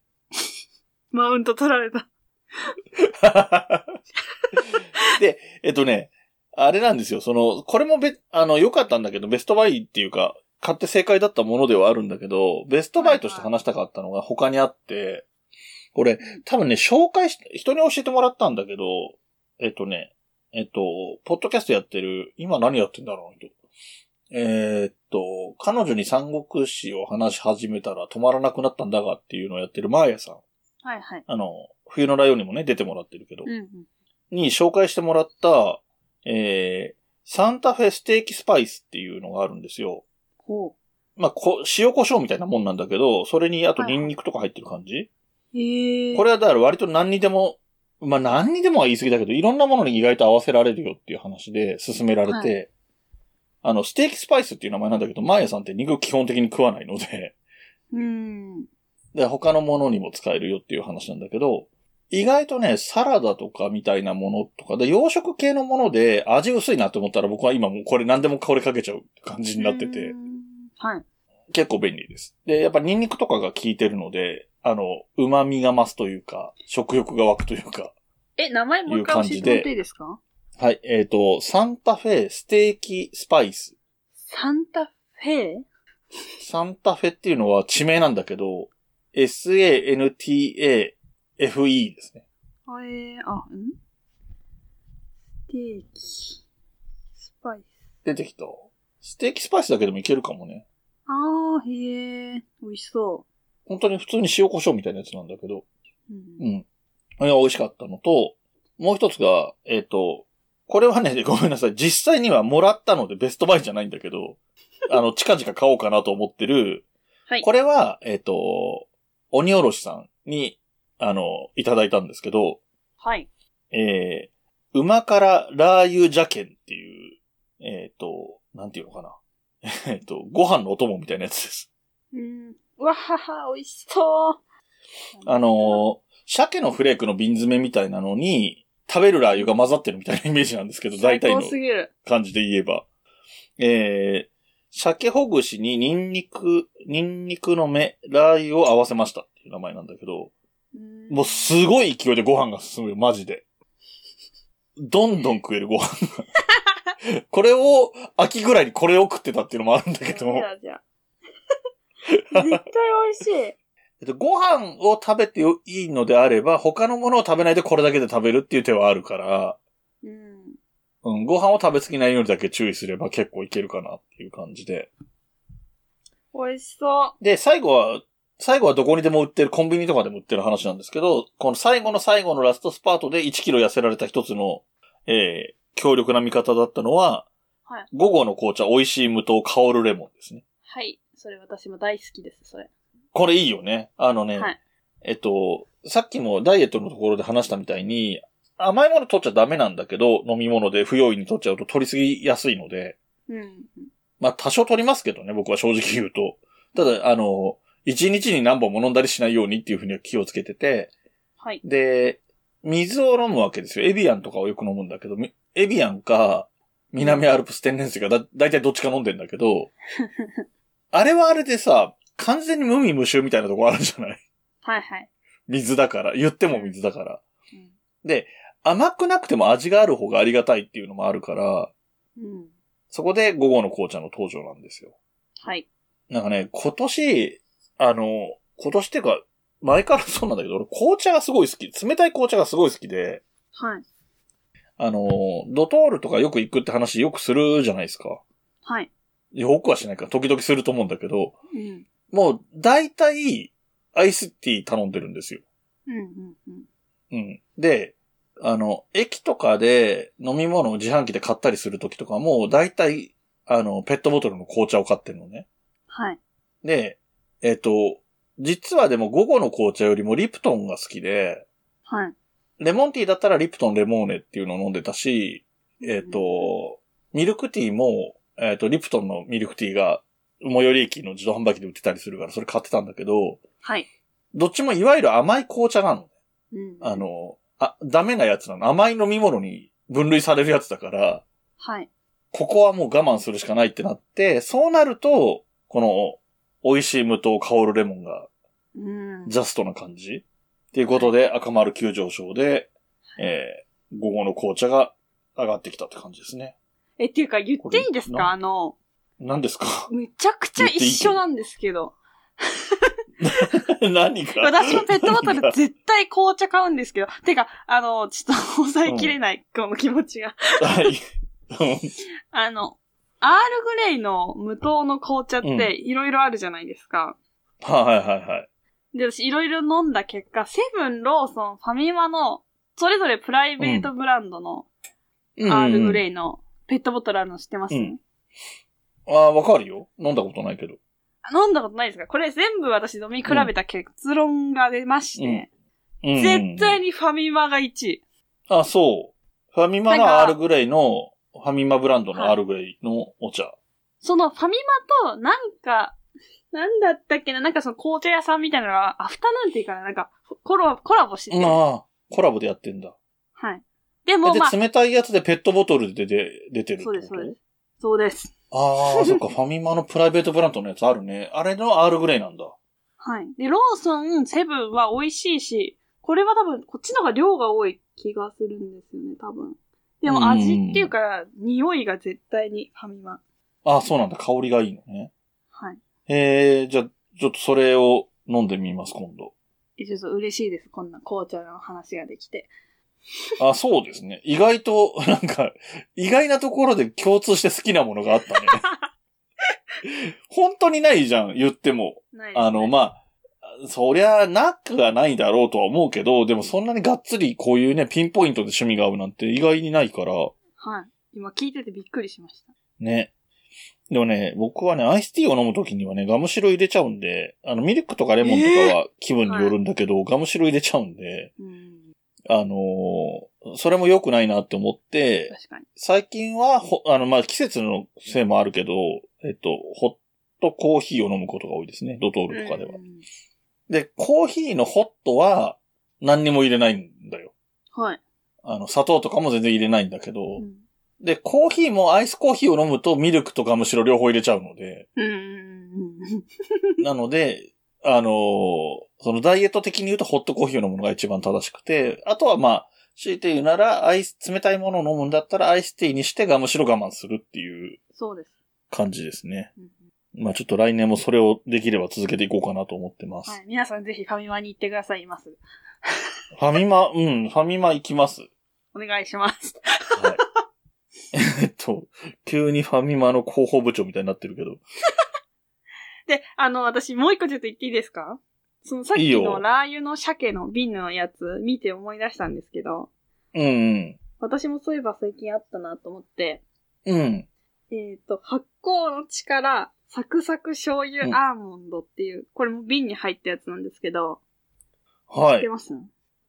Speaker 2: マウント取られた。
Speaker 1: で、えっとね、あれなんですよ。その、これもべ、あの、良かったんだけど、ベストバイっていうか、買って正解だったものではあるんだけど、ベストバイとして話したかったのが他にあって、これ、多分ね、紹介し、人に教えてもらったんだけど、えっとね、えっと、ポッドキャストやってる、今何やってんだろうなえーっと、彼女に三国志を話し始めたら止まらなくなったんだがっていうのをやってるマーヤさん。
Speaker 2: はいはい。
Speaker 1: あの、冬のライオンにもね、出てもらってるけど、
Speaker 2: うんうん。
Speaker 1: に紹介してもらった、えー、サンタフェステーキスパイスっていうのがあるんですよ。
Speaker 2: ほ
Speaker 1: まあ、こ塩胡椒みたいなもんなんだけど、それにあと
Speaker 2: はいは
Speaker 1: ニ
Speaker 2: い
Speaker 1: ンニクとか入ってる感じ、
Speaker 2: う。ええー。
Speaker 1: これはだから割と何にでも、まあ、何にでもは言い過ぎだけど、いろんなものに意外と合わせられるよっていう話で勧められて、あの、ステーキスパイスっていう名前なんだけど、マーヤさんって肉基本的に食わないので、
Speaker 2: うーん。
Speaker 1: で、他のものにも使えるよっていう話なんだけど、意外とね、サラダとかみたいなものとか、で、洋食系のもので味薄いなと思ったら僕は今もうこれ何でも香りかけちゃう感じになってて、。
Speaker 2: はい。
Speaker 1: 結構便利です。で、やっぱニンニクとかが効いてるので、あの、旨味が増すというか、食欲が湧くというか、
Speaker 2: え、名前もう一回教えてもらっていいですか
Speaker 1: はい、えっ、と、サンタフェステーキスパイス。
Speaker 2: サンタフェ
Speaker 1: サンタフェっていうのは地名なんだけど、SANTAFE ですね。
Speaker 2: あえー、あ、んステーキ、スパイス。
Speaker 1: 出てきた。ステーキスパイスだけでもいけるかもね。
Speaker 2: あー、へえ、美味しそ
Speaker 1: 本当に普通に塩胡椒みたいなやつなんだけど、
Speaker 2: う。う。
Speaker 1: うんん。あれが美味しかったのと、もう一つが、えっ、と、これはね、ごめんなさい。実際にはもらったのでベストバイじゃないんだけど、 あの、近々買おうかなと思ってる。
Speaker 2: はい
Speaker 1: これは、えっ、と、鬼おろしさんに、あの、いただいたんですけど、
Speaker 2: はい。
Speaker 1: えー、馬からラー油ジャケンっていう、えっ、と、なんていうのかな。 えっ、と、ご飯のお供みたいなやつです。
Speaker 2: うん。うわはは、美味しそう。
Speaker 1: あのー鮭のフレークの瓶詰めみたいなのに、食べるラー油が混ざってるみたいなイメージなんですけど、大体の
Speaker 2: 最高すぎる。
Speaker 1: 感じで言えば。えー、鮭ほぐしにニンニク、ニンニクの芽、ラー油を合わせましたっていう名前なんだけど、
Speaker 2: うん
Speaker 1: もうすごい勢いでご飯が進むよ、マジで。どんどん食えるご 飯が。これを、秋ぐらいにこれを食ってたっていうのもあるんだけど、
Speaker 2: じゃあじゃあ絶対美味しい。
Speaker 1: えっとご飯を食べてよいいのであれば、他のものを食べないでこれだけで食べるっていう手はあるから、
Speaker 2: うん。
Speaker 1: うん、ご飯を食べ過ぎないようにだけ注意すれば結構いけるかなっていう感じで。
Speaker 2: 美味しそ
Speaker 1: で、最後は、最後はどこにでも売ってる、コンビニとかでも売ってる話なんですけど、この最後の最後のラストスパートで1キロ痩せられた一つの、えー、強力な味方だったのは、
Speaker 2: はい
Speaker 1: 午後の紅茶、美味しい無糖、香るレモンですね。
Speaker 2: う。はい。それ私も大好きです、それ。
Speaker 1: これいいよね。あのね、
Speaker 2: はい
Speaker 1: えっと、さっきもダイエットのところで話したみたいに、甘いもの取っちゃダメなんだけど、飲み物で不用意に取っちゃうと取りすぎやすいので、
Speaker 2: うん。
Speaker 1: まあ多少取りますけどね、僕は正直言うと。ただ、あの、一日に何本も飲んだりしないようにっていうふうには気をつけてて、
Speaker 2: はい。
Speaker 1: で、水を飲むわけですよ。エビアンとかをよく飲むんだけど、みエビアンか、南アルプス天然水かだ、だいたいどっちか飲んでんだけ ど、あれはあれでさ、完全に無味無臭みたいなとこあるじゃない
Speaker 2: はいはい。
Speaker 1: 水だから、言っても水だから。
Speaker 2: うん
Speaker 1: 甘くなくても味がある方がありがたいっていうのもあるから、
Speaker 2: うん。
Speaker 1: そこで午後の紅茶の登場なんですよ。
Speaker 2: はい。
Speaker 1: なんかね、今年、あの、今年っていうか、前からそうなんだけど、俺紅茶がすごい好き。冷たい紅茶がすごい好きで、
Speaker 2: はい。
Speaker 1: あの、ドトールとかよく行くって話よくするじゃないですか。
Speaker 2: はい。
Speaker 1: よくはしないから、時々すると思うんだけど、
Speaker 2: うん。
Speaker 1: もう、大体、アイスティー頼んでるんですよ。
Speaker 2: うんうんうん。
Speaker 1: うん。で、あの、駅とかで飲み物を自販機で買ったりするときとかも、大体、あの、ペットボトルの紅茶を買ってるのね。
Speaker 2: はい。
Speaker 1: で、えっ、と、実はでも午後の紅茶よりもリプトンが好きで、
Speaker 2: はい。
Speaker 1: レモンティーだったらリプトンレモーネっていうのを飲んでたし、えっ、と、ミルクティーも、えっ、と、リプトンのミルクティーが、最寄り駅の自動販売機で売ってたりするから、それ買ってたんだけど、
Speaker 2: はい。
Speaker 1: どっちもいわゆる甘い紅茶なの。
Speaker 2: うん。
Speaker 1: あの、あ、ダメなやつなの。甘い飲み物に分類されるやつだから、
Speaker 2: はい。
Speaker 1: ここはもう我慢するしかないってなって、そうなると、この、美味しい無糖香るレモンが
Speaker 2: うん。
Speaker 1: ジャストな感じっていうことで、赤丸急上昇で、えー、午後の紅茶が上がってきたって感じですね。
Speaker 2: え、っていうか言っていいです
Speaker 1: これな
Speaker 2: かあの、
Speaker 1: 何で すか
Speaker 2: むちゃくちゃ一緒なんですけど。
Speaker 1: 何 が
Speaker 2: 私もペットボトル絶対紅茶買うんですけど。てか、あの、ちょっと抑えきれない、この気持ちが。
Speaker 1: はい。
Speaker 2: あの、アールグレイの無糖の紅茶っ
Speaker 1: うん
Speaker 2: ていろいろあるじゃないですか。
Speaker 1: はいはいはいはい。
Speaker 2: で、私いろいろ飲んだ結果、セブン、ローソン、ファミマの、それぞれプライベートブランドのアールグ
Speaker 1: イ。
Speaker 2: レイのペットボトルあるの知ってます、
Speaker 1: うんああ、わかるよ。飲んだことないけど。
Speaker 2: 飲んだことないですかこれ全部私飲み比べた結論が出まして、
Speaker 1: うんうん
Speaker 2: 絶対にファミマが1位。
Speaker 1: あ、そう。ファミマ
Speaker 2: なん
Speaker 1: の
Speaker 2: か
Speaker 1: アールグレイの、ファミマブランドの
Speaker 2: はい
Speaker 1: アールグレイのお茶。
Speaker 2: そのファミマと、なんか、なんだったっけな、なんかその紅茶屋さんみたいなのが、アフタヌーンティーかな、なんか、コラボ、コラボしてて、
Speaker 1: まあ、コラボでやってんだ。
Speaker 2: はい。でも、まあ
Speaker 1: で、、冷たいやつでペットボトルでで出てるって
Speaker 2: そ
Speaker 1: こ
Speaker 2: うで
Speaker 1: と
Speaker 2: す、そうです。そうです。
Speaker 1: ああ、そっか、ファミマのプライベートブランドのやつあるね。あれのアールグレイなんだ。
Speaker 2: はい。で、ローソン、セブンは美味しいし、これは多分、こっちの方が量が多い気がするんですよね、多分。で
Speaker 1: うん
Speaker 2: も味っていうか、匂いが絶対にファミマ。
Speaker 1: ああ、そうなんだ。香りがいいのね。
Speaker 2: はい。
Speaker 1: えー、じゃあ、ちょっとそれを飲んでみます、今度。
Speaker 2: えちょっと嬉しいです、こんな紅茶の話ができて。
Speaker 1: あ、そうですね。意外と、 なんか、意外なところで共通して好きなものがあったね。 本当にないじゃん、言っても。
Speaker 2: ないですね
Speaker 1: あの、まあ、そりゃ、なくはないだろうとは思うけど、でもそんなにがっつりこういうね、ピンポイントで趣味が合うなんて意外にないから、
Speaker 2: はい。今聞いててびっくりしました。
Speaker 1: ね。でもね、僕はね、アイスティーを飲むときにはね、ガムシロ入れちゃうんで、あの、ミルクとかレモンとかは気分によるんだけど、ガムシロ入れちゃうんで、
Speaker 2: うん。
Speaker 1: あのーそれも良くないなって思って、
Speaker 2: 確かに。
Speaker 1: 最近はほ、あの、まあ、季節のせいもあるけど、えっと、ホットコーヒーを飲むことが多いですね。ドトールとかで
Speaker 2: う
Speaker 1: は。
Speaker 2: ん
Speaker 1: で、コーヒーのホットは何にも入れないんだよ。
Speaker 2: はい。
Speaker 1: あの、砂糖とかも全然入れないんだけど、
Speaker 2: うん。
Speaker 1: で、コーヒーもアイスコーヒーを飲むとミルクとガムシロ両方入れちゃうので、
Speaker 2: うん。
Speaker 1: なので、あのーそのダイエット的に言うとホットコーヒーを飲むのが一番正しくて、あとはまあ、強いて言うなら、アイス、冷たいものを飲むんだったらアイスティーにしてガムシロ我慢するっていう
Speaker 2: そうです。
Speaker 1: 感じですね。
Speaker 2: うん
Speaker 1: まあちょっと来年もそれをできれば続けていこうかなと思ってます。
Speaker 2: はい。皆さんぜひファミマに行ってください、今すぐ。
Speaker 1: ファミマ、うん、ファミマ行きます。
Speaker 2: お願いします。
Speaker 1: はい。 えっと、急にファミマの広報部長みたいになってるけど。
Speaker 2: で、あの、私もう一個ちょっと言っていいですかそのさっ
Speaker 1: いい
Speaker 2: き
Speaker 1: よ
Speaker 2: のラー油の鮭の瓶のやつ見て思い出したんですけど、
Speaker 1: うん、
Speaker 2: 私もそういえば最近あったなと思って、
Speaker 1: うん。うん。
Speaker 2: えっ、と、発酵の力、サクサク醤油
Speaker 1: うん
Speaker 2: アーモンドっていう、これも瓶に入ったやつなんですけど、
Speaker 1: は
Speaker 2: 知って
Speaker 1: い。
Speaker 2: ます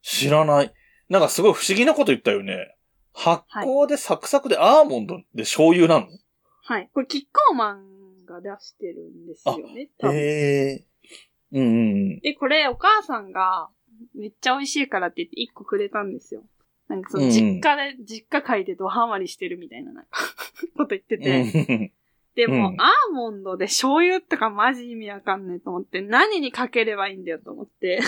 Speaker 1: 知らない。なんかすごい不思議なこと言ったよね。発酵でサクサクでアーモンドで醤油なの、
Speaker 2: はい。これ、キッコーマンが出してるんですよね、多分。
Speaker 1: ええうんうん
Speaker 2: で、これ、お母さんが、めっちゃ美味しいからって言って、一個くれたんですよ。なんか、その、
Speaker 1: うん
Speaker 2: 実家で、実家会でドハマりしてるみたいな、なんか こと言って
Speaker 1: うん。う
Speaker 2: て。
Speaker 1: ん
Speaker 2: でも、
Speaker 1: うん
Speaker 2: アーモンドで醤油とかマジ意味わかんないと思って、何にかければいいんだよと思って。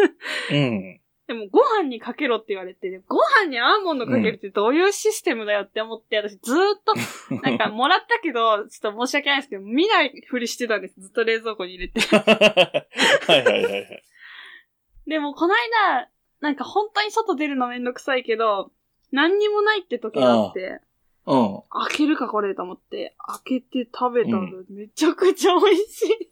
Speaker 1: うん。
Speaker 2: でも、ご飯にかけろって言われて、ご飯にアーモンドかけるってどういうシステムだよって思って、私ずーっとなんか、もらったけど、ちょっと申し訳ないですけど、見ないふりしてたんです。ずっと冷蔵庫に入れて。
Speaker 1: はいはいはいはい。
Speaker 2: でも、この間、なんか本当に外出るのめんどくさいけど、何にもないって時があって、
Speaker 1: うん。
Speaker 2: 開けるかこれと思って、開けて食べたの、めちゃくちゃ美味しい。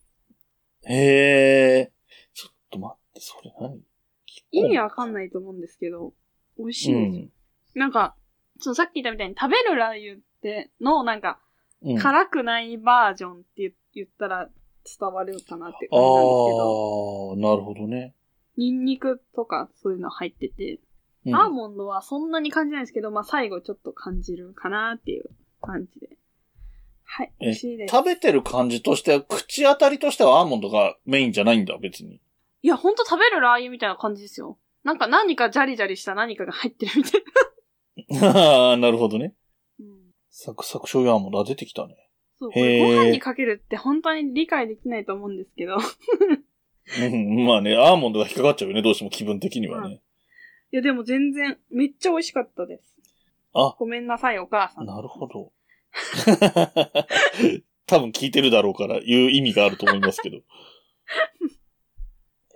Speaker 1: へえ。ちょっと待って、それ何
Speaker 2: 意味わかんないと思うんですけど、美味しいですよ。
Speaker 1: ん
Speaker 2: なんか、そのさっき言ったみたいに食べるラー油っての、なんか、
Speaker 1: うん。ああ。
Speaker 2: 辛くないバージョンって言言ったら伝わるかなって感じなんですけど、
Speaker 1: なるほどね。
Speaker 2: ニンニクとかそういうの入ってて、
Speaker 1: うん
Speaker 2: アーモンドはそんなに感じないんですけど、まあ最後ちょっと感じるかなっていう感じで。はい、
Speaker 1: え
Speaker 2: 美味しいです。
Speaker 1: 食べてる感じとしては、口当たりとしてはアーモンドがメインじゃないんだ、別に。
Speaker 2: いや、ほんと食べるラー油みたいな感じですよ。なんか何かジャリジャリした何かが入ってるみたいな。
Speaker 1: なるほどね。
Speaker 2: うん、
Speaker 1: サクサク醤油アーモンドが出てきたね。
Speaker 2: そう、こ
Speaker 1: へ
Speaker 2: れ
Speaker 1: ー
Speaker 2: ご飯にかけるって本当に理解できないと思うんですけど。い
Speaker 1: うん、まあね、アーモンドが引っかかっちゃうよね、どうしても気分的にはね。
Speaker 2: や、でも全然、めっちゃ美味しかったです。
Speaker 1: あ
Speaker 2: ごめんなさい、お母さん。
Speaker 1: なるほど。 多分聞いてるだろうから言う意味があると思いますけど。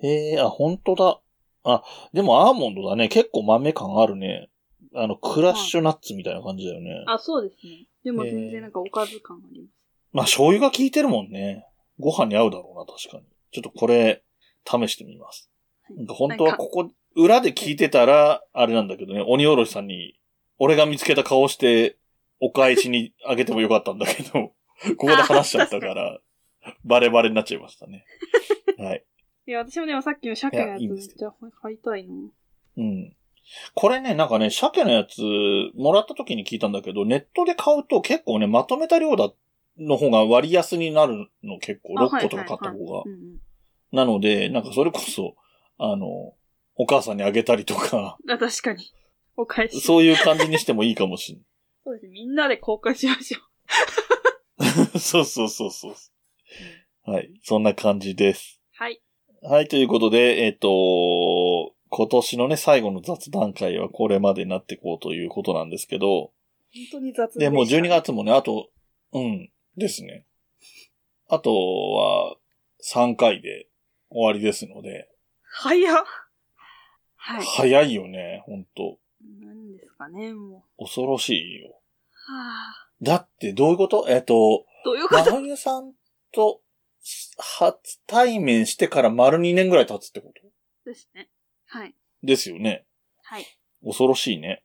Speaker 1: へえあ、本当だ。あ、でもアーモンドだね。結構豆感あるね。あの、クラッシュナッツみたいな感じだよね。
Speaker 2: あ、そうですね。でも全然なんかおかず感あります。
Speaker 1: まあ、醤油が効いてるもんね。ご飯に合うだろうな、確かに。ちょっとこれ、試してみます。
Speaker 2: はい
Speaker 1: なんか本当はここ、裏で聞いてたら、あれなんだけどね、鬼おろしさんに、俺が見つけた顔して、お返しにあげてもよかったんだ けど、ここで話しちゃったから、バレバレになっちゃいましたね。はい。
Speaker 2: いや、私もでもさっきの鮭のや
Speaker 1: いやいい
Speaker 2: つ
Speaker 1: ん
Speaker 2: め
Speaker 1: で
Speaker 2: っ
Speaker 1: すけ
Speaker 2: ちゃ買いたいな。
Speaker 1: うん。これね、なんかね、鮭のやつ、もらった時に聞いたんだけど、ネットで買うと結構ね、まとめた量だ、の方が割安になるの結構、
Speaker 2: あ
Speaker 1: 6個とか買った方が
Speaker 2: う。んうん。
Speaker 1: なので、なんかそれこそ、あの、お母さんにあげたりとか、
Speaker 2: あ、確かに。お返し。
Speaker 1: そういう感じにしてもいいかもし
Speaker 2: そうですね。みんなで交換しましょう。
Speaker 1: れない。 そうそうそうそう。はい。そんな感じです。
Speaker 2: はい。
Speaker 1: はい、ということで、えっ、と、今年のね、最後の雑談会はこれまでになっていこうということなんですけど、
Speaker 2: 本当に雑
Speaker 1: で、もう
Speaker 2: した
Speaker 1: 12。月もね、あと、うん、ですね。あとは、3回で終わりですので、
Speaker 2: 早っ。はい。
Speaker 1: 早いよね、ほんと。
Speaker 2: 何ですかね、も
Speaker 1: 恐ろしいよ。
Speaker 2: う。はあ。
Speaker 1: だって、どういうことえっと、
Speaker 2: どういうこ
Speaker 1: 真
Speaker 2: と
Speaker 1: 冬さんと、初対面してから丸2年ぐらい経つってこと
Speaker 2: ですね。はい。
Speaker 1: ですよね。
Speaker 2: はい。
Speaker 1: 恐ろしいね。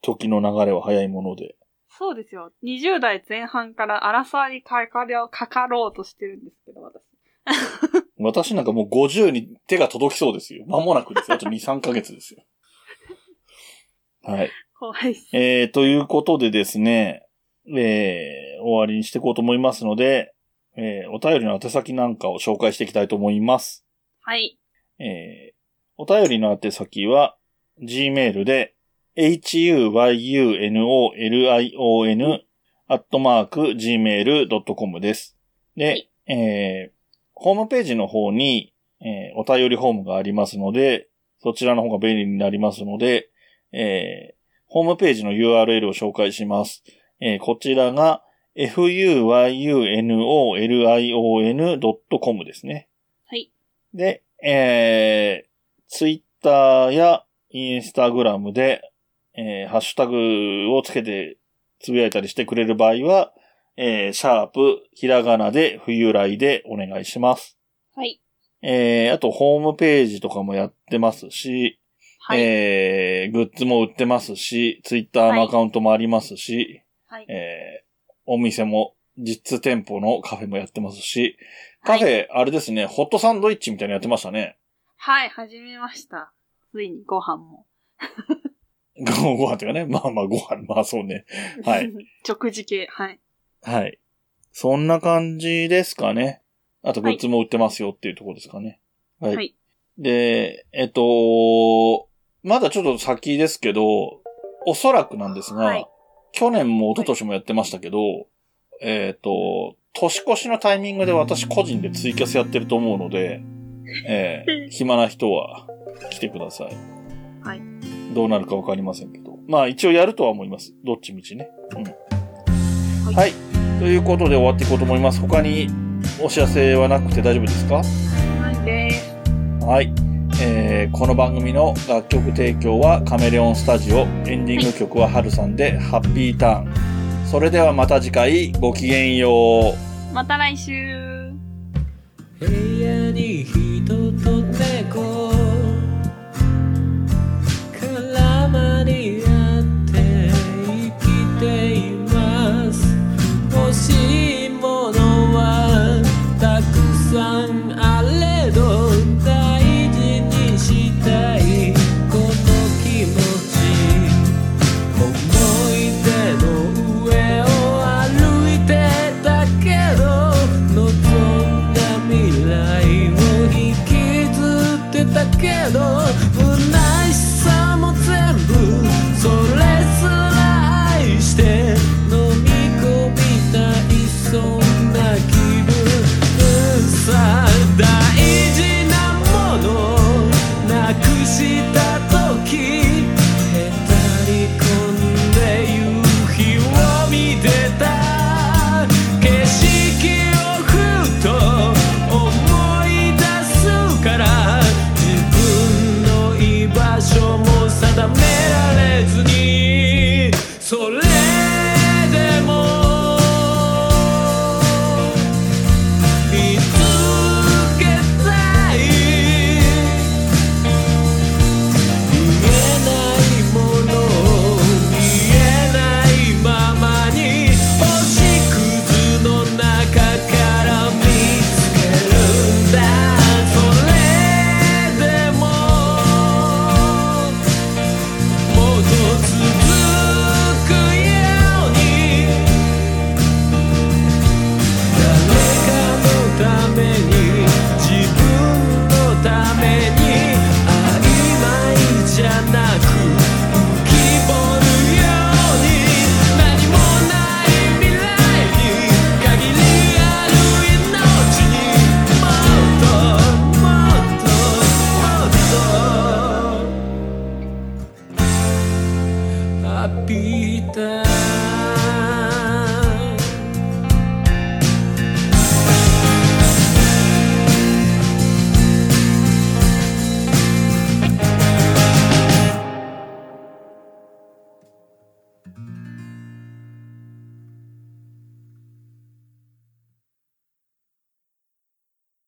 Speaker 1: 時の流れは早いもので。
Speaker 2: そうですよ。20代前半からアラサーにかかりゃかかろうとしてるんですけど、私。
Speaker 1: 私なんかもう50に手が届きそうですよ。間もなくですよ。あと2、3ヶ月ですよ。 はい。
Speaker 2: 怖いっす。
Speaker 1: えー、ということでですね、えー、終わりにしていこうと思いますので、えー、お便りの宛先なんかを紹介していきたいと思います。
Speaker 2: はい。
Speaker 1: えーお便りの宛先は、gmail で、huyunolion アットマーク gmail.com です。で、えーホームページの方に、えーお便りフォームがありますので、そちらの方が便利になりますので、えーホームページの URL を紹介します。えーこちらが、fuyunolion.com ですね。
Speaker 2: はい。
Speaker 1: で、えー、ツイッターやインスタグラムで、えー、ハッシュタグをつけてつぶやいたりしてくれる場合は、えー、シャープ、ひらがなで、冬来でお願いします。
Speaker 2: はい。
Speaker 1: えー、あと、ホームページとかもやってますし、
Speaker 2: はい。
Speaker 1: えー、グッズも売ってますし、ツイッターのアカウントもありますし、
Speaker 2: はい。
Speaker 1: えー、お店も、実店舗のカフェもやってますし、カフェ、あれですね、ホットサンドイッチみたいなのやってましたね。
Speaker 2: はい、始めました。ついにご飯も。
Speaker 1: ごご飯というかね。 まあまあご飯、まあそうね。はい。
Speaker 2: 食事系、はい。
Speaker 1: はい。そんな感じですかね。あとグ
Speaker 2: はい
Speaker 1: ッズも売ってますよっていうところですかね。はい。
Speaker 2: はい
Speaker 1: で、えっと、まだちょっと先ですけど、おそらくなんですが、
Speaker 2: はい
Speaker 1: 去年も一昨年もやってましたけど、えっと、年越しのタイミングで私個人でツイキャスやってると思うので、えー暇な人は来てください。
Speaker 2: はい。
Speaker 1: どうなるかわかりませんけど。まあ一応やるとは思います。どっちみちね。うん。は。
Speaker 2: はい
Speaker 1: ということで終わっていこうと思います。他にお知らせはなくて大丈夫ですか
Speaker 2: はい、です。
Speaker 1: はい。えーこの番組の楽曲提供はカメレオンスタジオ、エンディング曲はハルさんで、ハッピーターン。それではまた次回、ごきげんよう。
Speaker 2: また来週。
Speaker 3: 部屋に人と猫絡まり合って生きています欲しいものはたくさんあれど大事にしたいこの気持ち「思い出の上を歩いてたけど」「望んだ未来を引きずってたけど」「虚しさも全部それすら愛して」「飲み込みたいそんな気分さ」「大事なものなくした時」へたり込んで夕日を見てた景色をふと思い出すから自分の capital